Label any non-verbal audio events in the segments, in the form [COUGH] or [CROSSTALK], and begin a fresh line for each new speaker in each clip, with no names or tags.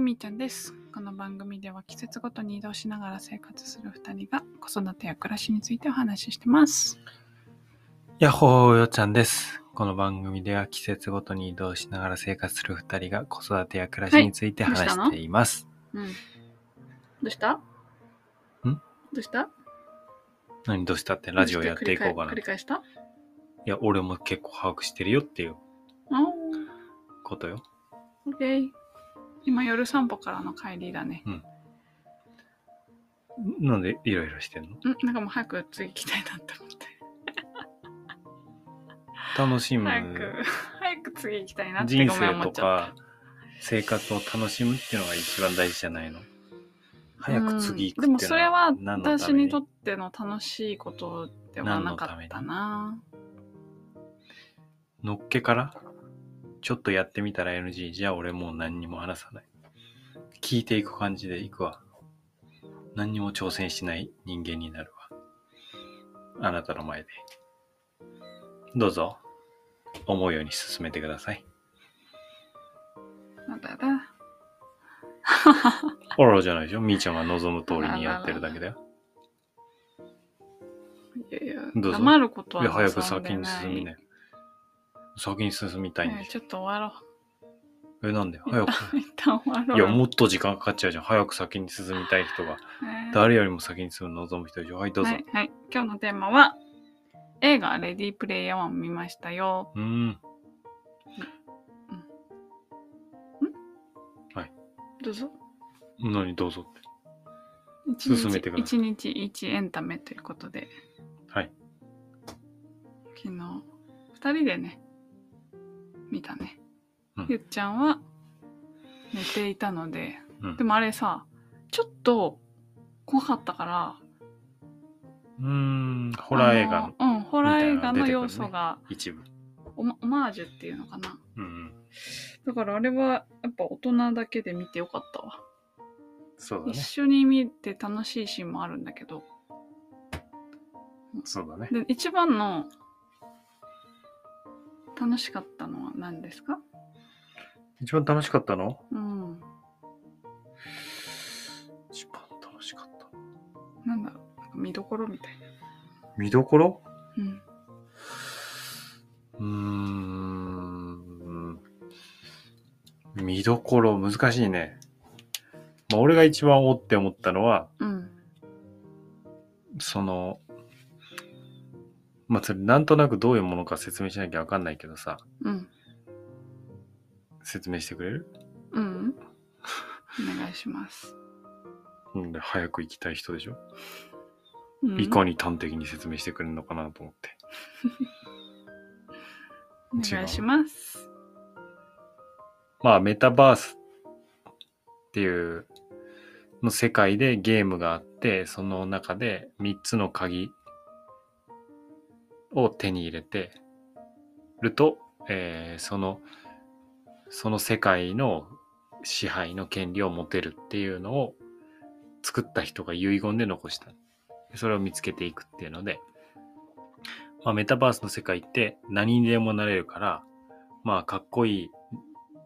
みーちゃんですこの番組では季節ごとに移動しながら生活する2人が子育てや暮らしについてお話ししてます
やっほーよっちゃんです。この番組では季節ごとに移動しながら生活する二人が子育てや暮らしについて
はい
話しています。
うんどうしたんどうした
何どうしたってラジオやっていこうかな。
繰
い
り返した
や、俺も結構把握してるよっていう
あー
ことよ。
オッケー今夜散歩からの帰りだね
なんでいろいろしてんの
うんなんかもう早く次行きたいなって思って
楽しむ
早く [LAUGHS] 早く次行きたいなって
人
ごめん
生
思っ
と
ちゃ
か
っ
生活を楽しむっていうのが一番大事じゃないの。
た
早く次行く
うんでも
っていう
そ
の
れは
は何のた
私
め
に
に
とっての楽しいことではなかったな
のっけからちょっとやってみたら NG じゃあ俺もう何にも話さない聞いていく感じでいくわ何にも挑戦しない人間になるわあなたの前でどうぞ思うように進めてください
なんだだ
オロじゃないでしょみーちゃんが望む通りにやってるだけだよ
いやいや
どうぞ
黙ることは
で早く
望んで
先
ない
に進みね先に進みたいん
ね
で
え
し
ちょっと終わろ
ょえなんで
う。 [LAUGHS]
早く
一旦終わろう。
いやもっと時間かかっちゃうじゃん早く先に進みたい人が
ねえ
誰よりも先に進む望む人でしょはいどうぞ、
はい、はい。今日のテーマは、映画レディープレイヤー1見ましたよ。
うーん
どうぞ。
何どうぞって。
一日
進めてくださ
一日一エンタメということで、
はい。
昨日、二人でね、見たね。
うん
ゆっちゃんは寝ていたので、
うん
でもあれさ、ちょっと怖かったから、
うーん、ホラー映画の
あのうん、ホラー映画の
みたいな
要
の出てくるね
素が、
一部。
オマオマージュっていうのかな。
うんうん。
だからあれはやっぱ大人だけで見てよかったわ。
そうだ
一
ね。
緒に見て楽しいシーンもあるんだけど。
そうだね。
で、一番の楽しかったのは何ですか
一番楽しかったの
うん。
一番楽しかった。
なんだろう。なんか見どころみたいな。
見どころ
うん。
うーん。見どころ難しいね。まあ、俺が一番おって思ったのは、
うん。
その、まあ、それなんとなくどういうものか説明しなきゃわかんないけどさ、
うん。
説明してくれる
うん。お願いします。
うんで、早く行きたい人でしょ
うん、
いかに端的に説明してくれるのかなと思って。
お願いします。
まあ、メタバースっていうの世界でゲームがあって、その中で3つの鍵を手に入れてると、えーその、その世界の支配の権利を持てるっていうのを作った人が遺言で残した。それを見つけていくっていうので、まあ、メタバースの世界って何にでもなれるから、まあ、かっこいい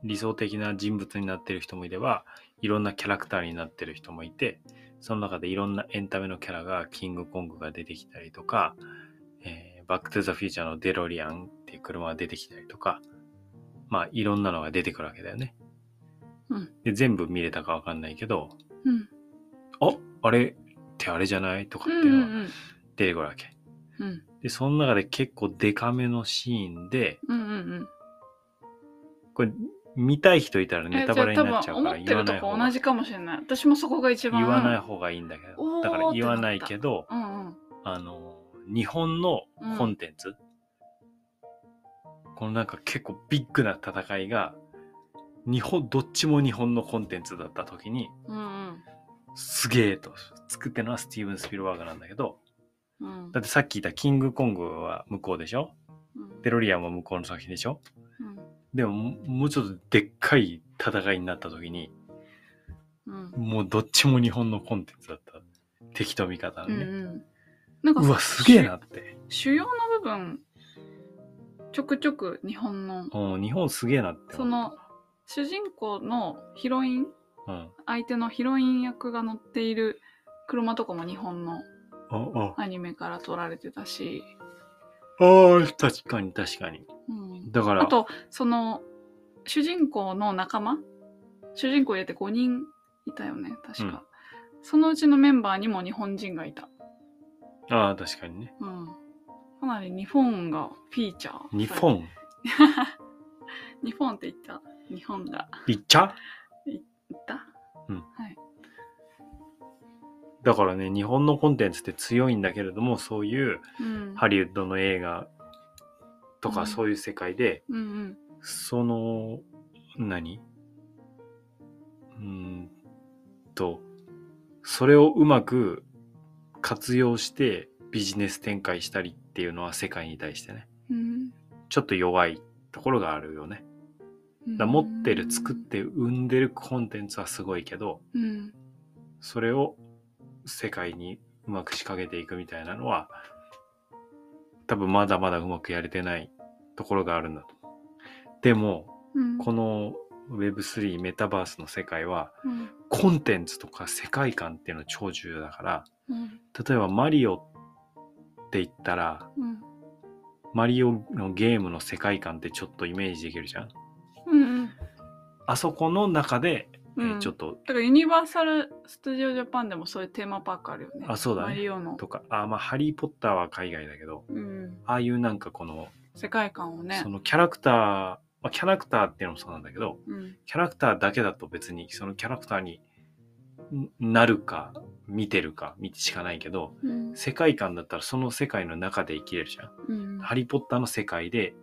理想的な人物になってる人もいればいろんなキャラクターになってる人もいてその中でいろんなエンタメのキャラがキングコングが出てきたりとか、えーバック・トゥ・ザ・フューチャーのデロリアンっていう車が出てきたりとかまあいろんなのが出てくるわけだよね。
うん
で全部見れたかわかんないけど
うん。
「ああれってあれじゃない?」とかっ
うん
ていううのが
ん
出てくるわけ。
うん。
でその中で結構デカめのシーンで
うんうんうん。
これ見たい人いたら
え
ネタバレになっちゃうから
じ
言
ゃあ多分思ってる
わない
と
方
こ
が
同じかもしれない。私もそこが一番。
言わない方がいいんだけ
おー
ど、だから言わないけど、
うんうん。
あの、日本のコンテンツ、このなんか結構ビッグな戦いが、日本、どっちも日本のコンテンツだった時に、
うん
すげえと、作ってるのはスティーブン・スピルバーグなんだけど、
うん。うん
だってさっき言ったキングコングは向こうでしょ
うん
デロリアンは向こうの作品でしょ
う
でも、もうちょっとでっかい戦いになった時に、
ん
もうどっちも日本のコンテンツだった。敵と味方の
う
ね。
んなんか
うわ、すげえなって。
主主要の部分ちょくちょく日本の
うん、日本すげえなって
そ
思う。
の主人公のヒロイン
うん。
相手のヒロイン役が乗っている車とかも日本の
あ、あ、
アニメから撮られてたし、
ああ、確かに確かに。
うん、
だから、
あとその主人公の仲間主人公入れて5人いたよね確か、そのうちのメンバーにも日本人がいた、
ああ、確かにね。
うん、かなり日本がフィーチャー
日本、
日本って言った日本が
いっちゃ
言った
だからね、日本のコンテンツって強いんだけれども、そういう
うん、
ハリウッドの映画と
う
か
ん
そういう世界で、
うんうん
その、何うーんと、それをうまく活用してビジネス展開したりっていうのは世界に対してね、
うん
ちょっと弱いところがあるよね。
うん
だから持ってる、作って生んでるコンテンツはすごいけど、
うん
それを世界にうまく仕掛けていくみたいなのは多分まだまだうまくやれてないところがあるんだと思う。でも
うん
この Web3 メタバースの世界は
うん
コンテンツとか世界観っていうの超重要だから
うん
例えばマリオって言ったら
うん
マリオのゲームの世界観ってちょっとイメージできるじゃん。
うん
あそこの中で、え
うん
ーちょっと
だからユニバーサル・スタジオ・ジャパンでもそういうテーマパークあるよね。
あそうだね
マリオの。
とかあまあハリー・ポッターは海外だけど
うん、
ああいうなんかこの
世界観をね
そ。のキャラクター、まあ、キャラクターっていうのもそうなんだけど、
うん
キャラクターだけだと別にそのキャラクターにんなるか、見てるか、見てしかないけど、
うん
世界観だったらその世界の中で生きれるじゃん。
うん
ハリー・ポッターの世界で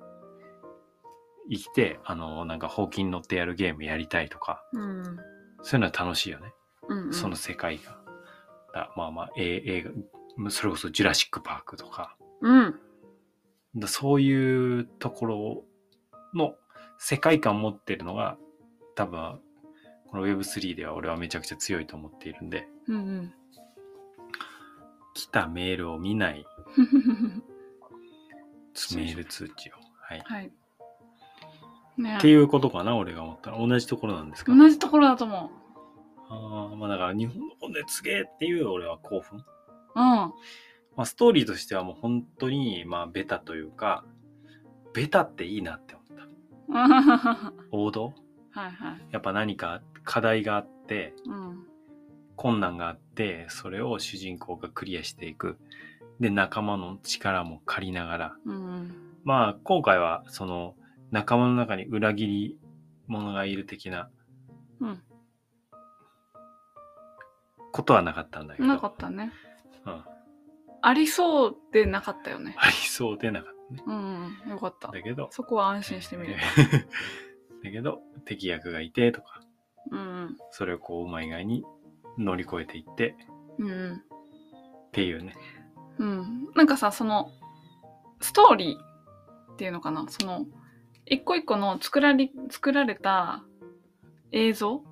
生きて、あの、なんか、ほうきに乗ってやるゲームやりたいとか、
うん
そういうのは楽しいよね。
うん
その世界が。だまあまあ、え映画、それこそジュラシック・パークとか、
うん
だそういうところの世界観を持ってるのが多分この Web3 では俺はめちゃくちゃ強いと思っているんで
うんうん
来たメールを見ない
ふふふふ
メール通知を、はい、
はい。ね
っていうことかな俺が思ったら同じところなんですか
同じところだと思
あーまあだから日本のコンテンツすげえっていう俺は興奮、
う。うん。
まあ、ストーリーとしてはもう本当にまあベタというかベタっていいなって思った
は
王道
いはい。
やっぱ何か課題があって
うん
困難があってそれを主人公がクリアしていくで仲間の力も借りながら
うん
まあ今回はその仲間の中に裏切り者がいる的な
うん。
ことはなかったんだけど
なかったね。
うん、
ありそうでなかったよね。
ありそうでなかったね
うんうん。よかった。
だけど
そこは安心してみる。
[LAUGHS] だけど敵役がいてとか
うん
それをこううまい具合に乗り越えていって
うん。うん
っていうね
うん、なんかさそのストーリーっていうのかなその一個一個の作られ作られた映像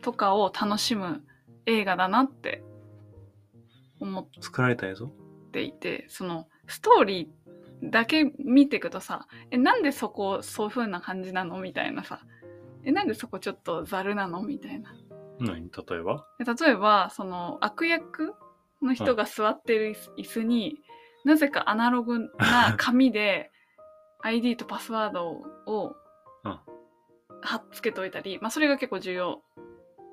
とかを楽しむ映画だなって思っ
作られたやぞ
ていてそのストーリーだけ見ていくとさえなんでそこそういう風な感じなのみたいなさえなんでそこちょっとざるなのみたいな
何例えば
で例えばその悪役の人が座ってる椅子椅子に、なぜかアナログ
[LAUGHS]
な紙で ID とパスワードを
うん
貼っつけといたり、まあ、それが結構重要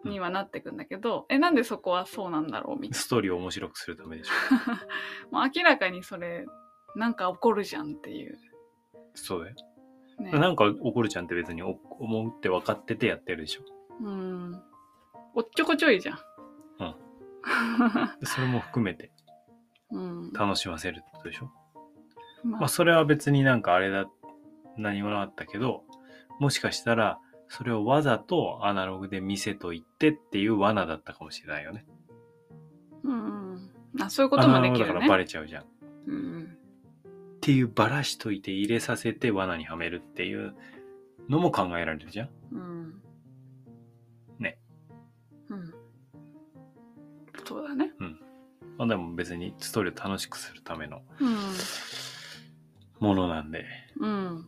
にはなってくんだけど、えなんでそこはそうなんだろうみたい
ストーリーを面白くするためでしょ
な [LAUGHS] もう明らかにそれなんか起こるじゃんっていう、
そうだよ
ね、
なんか怒るちゃんって別にお思うって分かっててやってるでしょ。
うんおっちょこちょいじゃん、
それも含めて
[LAUGHS] うん
楽しませるってことでしょ。
ま
まあそれは別になんかあれだ、何もなかったけど、もしかしたらそれをわざとアナログで見せといてっていう罠だったかもしれないよね。
うんうん、あそういうこともでき
アナログだ
る
からバ
ね。
レちゃうじゃん。っ
うん
ていうバラしといて入れさせて罠にはめるっていうのも考えられるじゃん。
うん
ね。
うん。そうだね。
まあでも別にストーリーを楽しくするための
う
ものなんで。
ん。うん。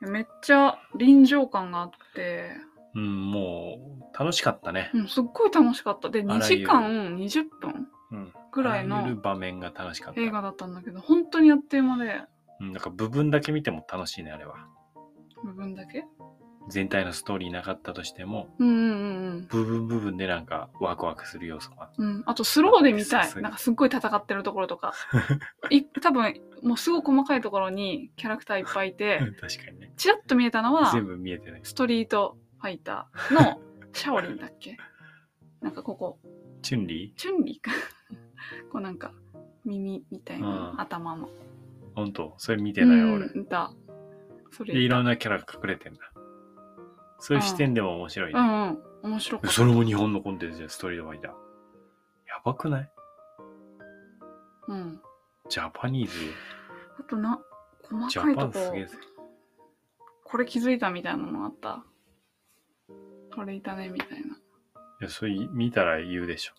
めっちゃ臨場感があって、
うん、もう楽しかったね。
うん、すっごい楽しかった。で、
あ
2
ら
時
ゆる
間20分
うん。
ぐらい
あらゆ
の
る場面が楽しかった。
映画だったんだけど、本当にあっという間で、
うん、なんか部分だけ見ても楽しいね、あれは。
部分だけ
全体のストーリーなかったとしても、
うんうんうん
部分部分でなんかワクワクする要素が。
うん。うん、あとスローで見た
さすが
い。
に
なんかすっごい戦ってるところとか。い多分、もうすごい細かいところにキャラクターいっぱいいて、
[LAUGHS] 確かにね。
ちらっと見えたのは、
全部見えてない。
ストリートファイターのシャオリンだっけ
[LAUGHS]
なんかここ、
チュンリ
チュンリーか。 [LAUGHS] こうなんか、耳みたいな、
うん
頭の。
ーほんと、それ見てない、
うん
俺。
いた。それ
で、いろん
な。
なキャラが隠れてんだ。そういう視点でも面白いね。
うんうん。面白かった。
それも日本のコンテンツでストリートファイター。やばくない
うん。
ジャパニーズよ
あとな、
ジ
細か
ャ
い
パ
と
ンす
こ
げえ、ぜ。
これ気づいたみたいなのあった。これいたねみたいな。
いや、それ見たら言うでしょ。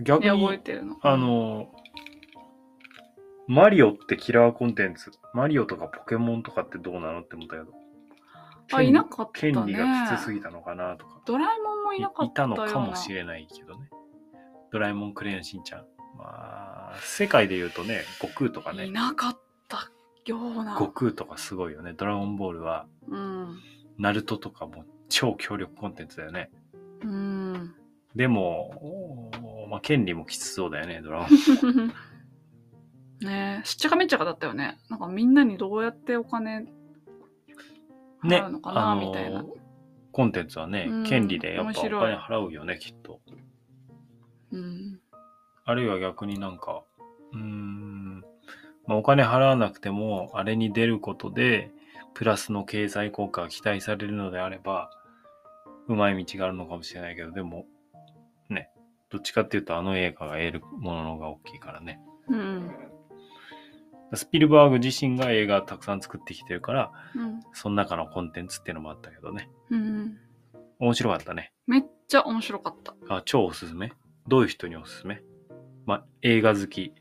逆
で、覚え
に、
てるの。
あ、の、マリオってキラーコンテンツ。マリオとかポケモンとかってどうなのって思ったけど。
あ、いなかったね。
権利がきつすぎたのかなとか。
ドラえもんもいなか
い
った
た
よう
の
な。
かもしれないけどね。ドラえもん、クレヨンしんちゃん。まあ、世界で言うとね、悟空とか
い
ね、
なかったような。
悟空とかすごいよね。ドラゴンボールは、
うん。
ナルトとかも超強力コンテンツだよね。
うん。
でも、おーまあ、権利もきつそうだよね、ドラゴン。
[LAUGHS] ねえ、しっちゃかめっちゃかだったよね。なんかみんなにどうやってお金 [LAUGHS]
ね、
払うのかな、
あのー
みたいな。
コンテンツはね
うん、
権利でやっぱお
面白い
金払うよね、きっと。
うん。
あるいは逆になんか、うーん、まあ、お金払わなくても、あれに出ることで、プラスの経済効果が期待されるのであれば、うまい道があるのかもしれないけど、でも、ね、どっちかっていうと、あの映画が得るものの方が大きいからね。
うん。
スピルバーグ自身が映画たくさん作ってきてるから、
うん。
その中のコンテンツっていうのもあったけどね。
うん。
面白かったね。
めっちゃ面白かった。
あ、超おすすめどういう人におすすめまあ、映画好き。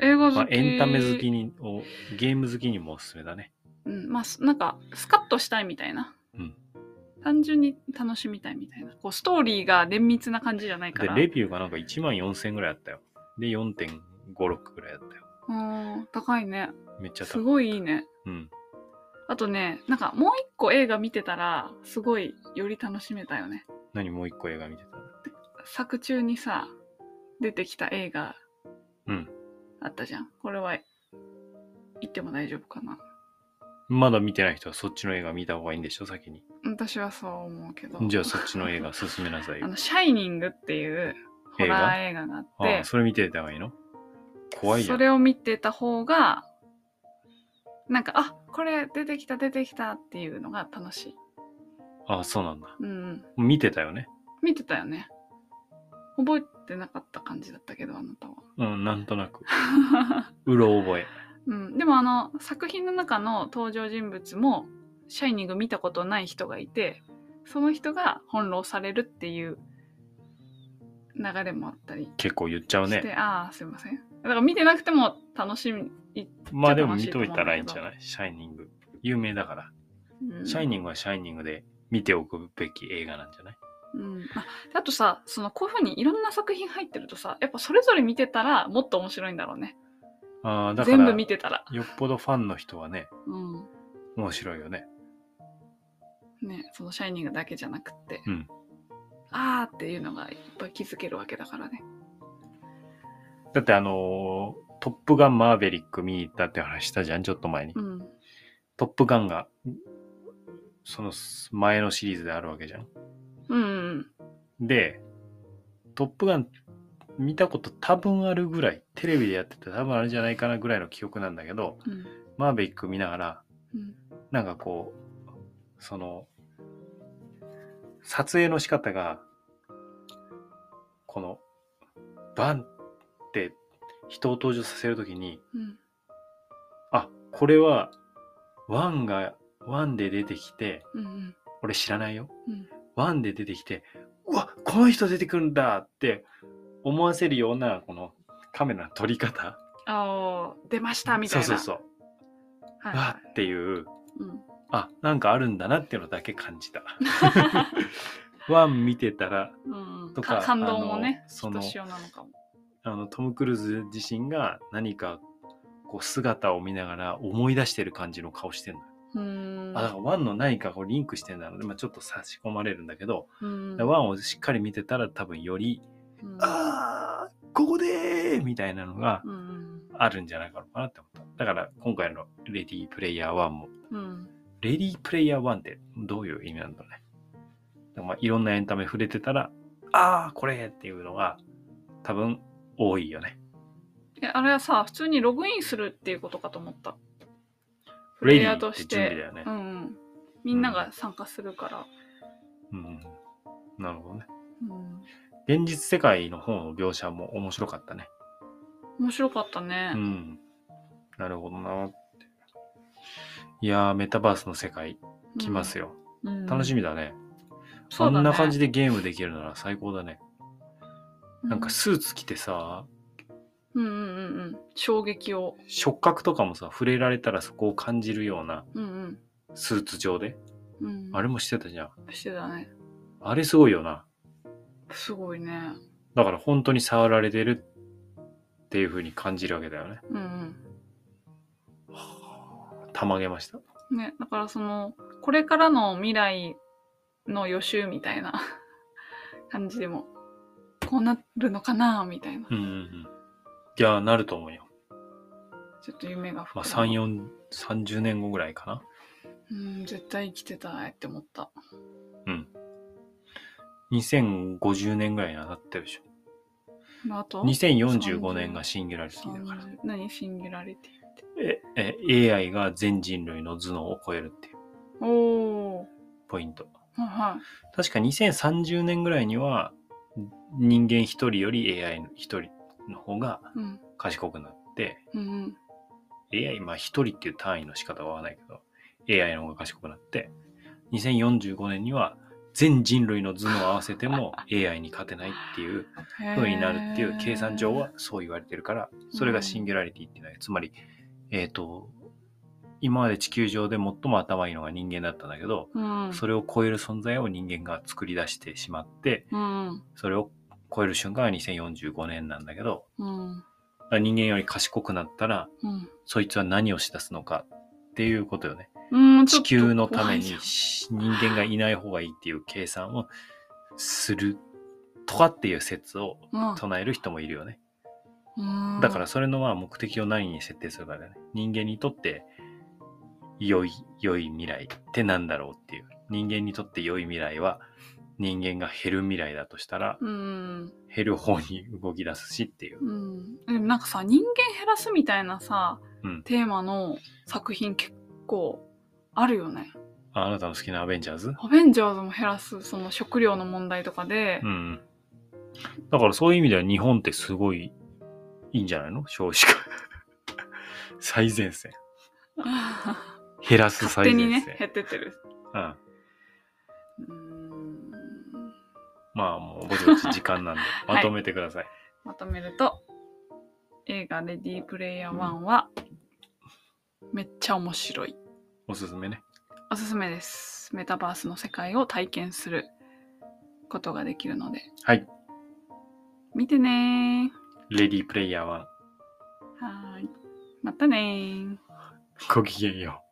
映画好き。
まあ、エンタメ好きにを、ゲーム好きにもおすすめだね。
うん、まあすなんかスカッとしたいみたいな、
うん
単純に楽しみたいみたいなこうストーリーが綿密な感じじゃないか
で、
ら
レビューがなんか1万4000ぐらいあったよ。で、4.56ぐらいだったよ。
うん高いね
めっちゃ
す
高い。
ごいいいね
うん。
あとねなんかもう一個映画見てたらすごいより楽しめたよね
何もう一個映画見てた
作中にさ出てきた映画
うん。
あったじゃんこれは言っても大丈夫かな
まだ見てない人はそっちの映画見た方がいいんでしょ先に。
私はそう思うけど
じゃあそっちの映画進めなさい
[LAUGHS] あ
よ。
の「シャイニング」っていうホラー映画があっ
あ
て
あ、それ見てた方がいいの怖いじゃ
そ
ん。
れを見てた方がなんかあこれ出てきた出てきたっていうのが楽しい、
ああ、そうなんだ。
うん、
見てたよね。
見てたよね覚えてなかった感じだったけどあなた
うん、なんと
[LAUGHS]
なく。
は、
うろ覚え。
うん、でもあの作品の中の登場人物も「シャイニング」見たことない人がいてその人が翻弄されるっていう流れもあったり
結構言っちゃう
して、
ね。
ああすいませんだから見てなくても楽しみ、
まあでも見といたらいいんじゃないシャイニング。有名だから。
うん
シャイニングはシャイニングで見ておくべき映画なんじゃない
うん、あであとさそのこういうふうにいろんな作品入ってるとさやっぱそれぞれ見てたらもっと面白いんだろうね
ああ、だから、
全部見
よ
てたら、
っぽどファンの人はね、
うん
面白いよね。
ね、その「シャイニング」だけじゃなくって、
うん
あーっていうのがいっぱい気づけるわけだからね
だってあのートップガンマーベリック見に行ったって話したじゃん、ちょっと前に。
うん
トップガンが、その前のシリーズであるわけじゃん。
うんうん
で、トップガン見たこと多分あるぐらい、テレビでやってて多分あれじゃないかなぐらいの記憶なんだけど、
うん
マーベリック見ながら、
うん
なんかこう、その、撮影の仕方が、この、バンって人を登場させるときに、
うん
あ、これは、ワンが、ワンで出てきて、
うんうん
俺知らないよ。
うん
ワンで出てきて、うわ、この人出てくるんだって思わせるような、このカメラの撮り方。
あー出ましたみたいな
そうそうそう。
はい
わっていう、
うん
あなんかあるんだなっていうのだけ感じ
[LAUGHS]
たワン見てたら
うん、
とか
か感動もね
あの
ひと
その
しおなのかも
あのトム・クルーズ自身が何かこう姿を見ながら思い出してる感じの顔してるのよ、
うーん
あだからワンの何かこうリンクしてるんだろうね、まあ、ちょっと差し込まれるんだけど、
うん
ワンをしっかり見てたら多分より
うん
あーここでーみたいなのが
うん
あるんじゃないかなって思っただから今回の「レディープレイヤー1」も
うん
「レディープレイヤー1」ってどういう意味なんだろうねだからまあいろんなエンタメ触れてたらああこれっていうのが多分多いよね
えあれはさ普通にログインするっていうことかと思った
プレイ
ヤ
ヤ
ー
ー
と
と
し
してて準備だよね
うん、うん、みんなが参加するから、
うんなるほどね
うん、
現実世界の方の描写も面白かったね
面白かったね、
うんなるほどなっていやーメタバースの世界来ますよ、
うん、うん
楽しみだね。
そ
そ
うん
な感じ
で
でゲームできるなら最高だね。なんかスーツ着てさ、
うんうんうんうん衝撃を
触覚とかもさ、触れられたらそこを感じるような
うん
スーツ上で。
うんうん
あれもしてたじゃん。
してたね
あれすごいよな。
すごいね
だから本当に触られてるっていう風に感じるわけだよね。
うん
たまげました。
うんねだからそのこれからの未来の予習みたいな [LAUGHS] 感じでもこうなるのかなみたいな
うんうんうん。いやー、なると思うよ。
ちょっと夢が膨
まあ
らむ
3、4、30年後ぐらいかな。
うん絶対生きてたいって思った
2050年ぐらいにはなってるでしょ。
まああと
2045年がシンギュラリティだから。
30何シンギュラリティって
え、え AI が全人類の頭脳を超えるっていう
おお
ポイント。
はいは
確か2030年ぐらいには人間一人より AI 一人の方が
いうん
賢くなって、
うんうん
AI、まあ一人っていう単位の仕方は合わないけど、AI の方が賢くなって、2045年には全人類の頭脳を合わせ
[LAUGHS]
ても AI に勝てないっていう風になるっていう計算上はそう言われてるから、それがシンギュラリティっていうのは、つまり、えっ、と、今まで地球上で最も頭いいのが人間だったんだけど、
うん
それを超える存在を人間が作り出してしまって、
うん
それを超える瞬間が2045年なんだけど、
うん
だから人間より賢くなったら、
うん
そいつは何をしだすのかっていうことよね。
うんちょ
地
っと
球のため
怖い
に
じ
し人間がいない方がいいっていう計算をするとかっていう説を
ゃん
唱える人もいるよね。
うん
だからそれのまあ目的を何に設定するかだよね。人間にとって良い、良い未来ってなんだろうっていう。人間にとって良い未来は人間が減る未来だとしたら
うん
減る方に動き出すしっていう。
うんでもなんかさ人間減らすみたいなさ
うん。
テーマの作品結構あるよね
ああなたの好きなアベンジャーズ
アベンジャーズも減らすその食料の問題とかで
うん。だからそういう意味では日本ってすごいいいんじゃないの少子化。 [LAUGHS] 最前線。
勝
減らす最
手
前
に
線。
ね減ってってる
うん。
うん
まあもうぼちぼち時間なんで
はい
まとめてください。
まとめると映画「レディープレイヤー1」はめっちゃ面白い
おすすめね。
おすすめですメタバースの世界を体験することができるので
はい。
見てね
レディープレイヤー
ー
1。
はーいまたねー
ごきげんよう。